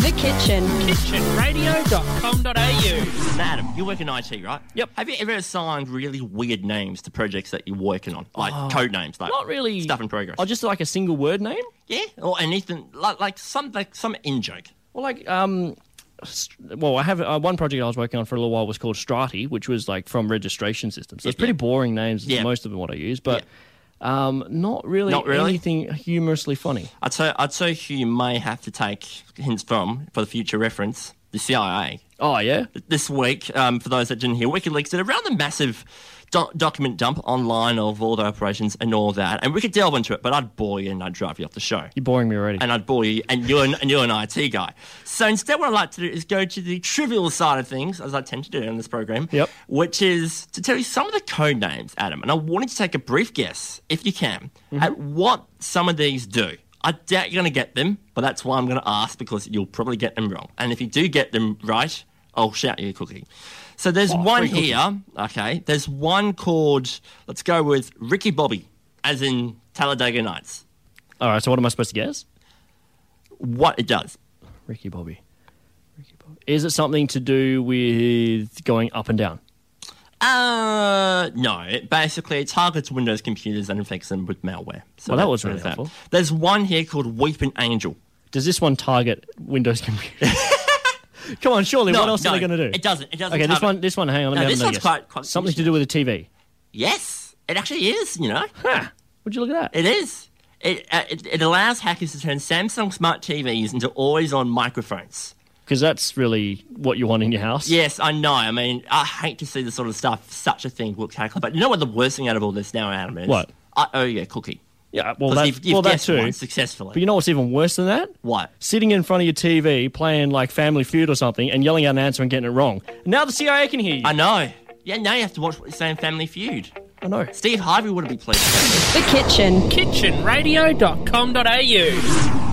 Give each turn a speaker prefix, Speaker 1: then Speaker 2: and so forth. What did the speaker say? Speaker 1: The kitchen.
Speaker 2: Kitchenradio.com.au.
Speaker 3: Madam, you work in IT, right?
Speaker 2: Yep.
Speaker 3: Have you ever assigned really weird names to projects that you're working on, like code names, like
Speaker 2: Oh, Not really.
Speaker 3: Uh, stuff in progress?
Speaker 2: Oh, just like a single word name?
Speaker 3: yeah, or anything like like some like some in joke.
Speaker 2: Well, like um, st- well, I have uh, one project I was working on for a little while was called Strati, which was like from registration systems. So it's
Speaker 3: Yeah.
Speaker 2: pretty boring names. is
Speaker 3: Yeah.
Speaker 2: most of them what I use, but um, not really,
Speaker 3: Not really?
Speaker 2: anything humorously funny.
Speaker 3: I'd say I'd say you may have to take hints from for the future reference. The CIA
Speaker 2: Oh yeah,
Speaker 3: this week, um, for those that didn't hear, WikiLeaks did a rather massive do- document dump online of all the operations and all that, and we could delve into it. But I'd bore you and I'd drive you off the show.
Speaker 2: you're boring me already.
Speaker 3: and I'd bore you, and you're an, and you're an IT guy. So instead, what I like to do is go to the trivial side of things, as I tend to do on this program.
Speaker 2: Yep.
Speaker 3: Which is to tell you some of the code names, Adam, and I wanted to take a brief guess, if you can, at what some of these do. I doubt you're going to get them, but that's why I'm going to ask because you'll probably get them wrong. And if you do get them right, I'll shout you a cookie. So there's one
Speaker 2: free cookie.
Speaker 3: here. Okay. There's one called, let's go with Ricky Bobby, as in Talladega Nights.
Speaker 2: All right, so what am I supposed to guess?
Speaker 3: What it does.
Speaker 2: Ricky Bobby. Ricky Bobby. Is it something to do with going up and down?
Speaker 3: Uh, no. It basically, it targets Windows computers and infects them with malware. So
Speaker 2: Well, that was
Speaker 3: that's
Speaker 2: really
Speaker 3: that.
Speaker 2: helpful.
Speaker 3: There's one here called Weeping Angel.
Speaker 2: Does this one target Windows computers? Come on, surely. what else
Speaker 3: no,
Speaker 2: are they going to do?
Speaker 3: It doesn't. It doesn't.
Speaker 2: Okay, this
Speaker 3: target-
Speaker 2: one. This one. Hang on. Let
Speaker 3: No,
Speaker 2: me have
Speaker 3: this
Speaker 2: another
Speaker 3: one's
Speaker 2: guess.
Speaker 3: quite- quite
Speaker 2: Something to do with a TV.
Speaker 3: Yes, it actually is. You know,
Speaker 2: Huh? Would you look at that?
Speaker 3: it is. It, uh, it it allows hackers to turn Samsung smart TVs into always-on microphones.
Speaker 2: Because that's really what you want in your house.
Speaker 3: Yes, I know. I mean, I hate to see this sort of stuff. Such a thing will tackle. But you know what? The worst thing out of all this now, Adam, is
Speaker 2: What?
Speaker 3: I owe you a cookie.
Speaker 2: Yeah. Uh, Well,
Speaker 3: 'Cause
Speaker 2: that,
Speaker 3: you've, you've
Speaker 2: well, that
Speaker 3: guessed
Speaker 2: too.
Speaker 3: one successfully.
Speaker 2: But you know what's even worse than that?
Speaker 3: what?
Speaker 2: Sitting in front of your TV playing like Family Feud or something and yelling out an answer and getting it wrong. Now the CIA can hear you.
Speaker 3: I know. Yeah, now you have to watch what you're saying Family Feud.
Speaker 2: I know.
Speaker 3: Steve Harvey would have been pleased.
Speaker 1: The kitchen.
Speaker 2: Kitchenradio.com.au.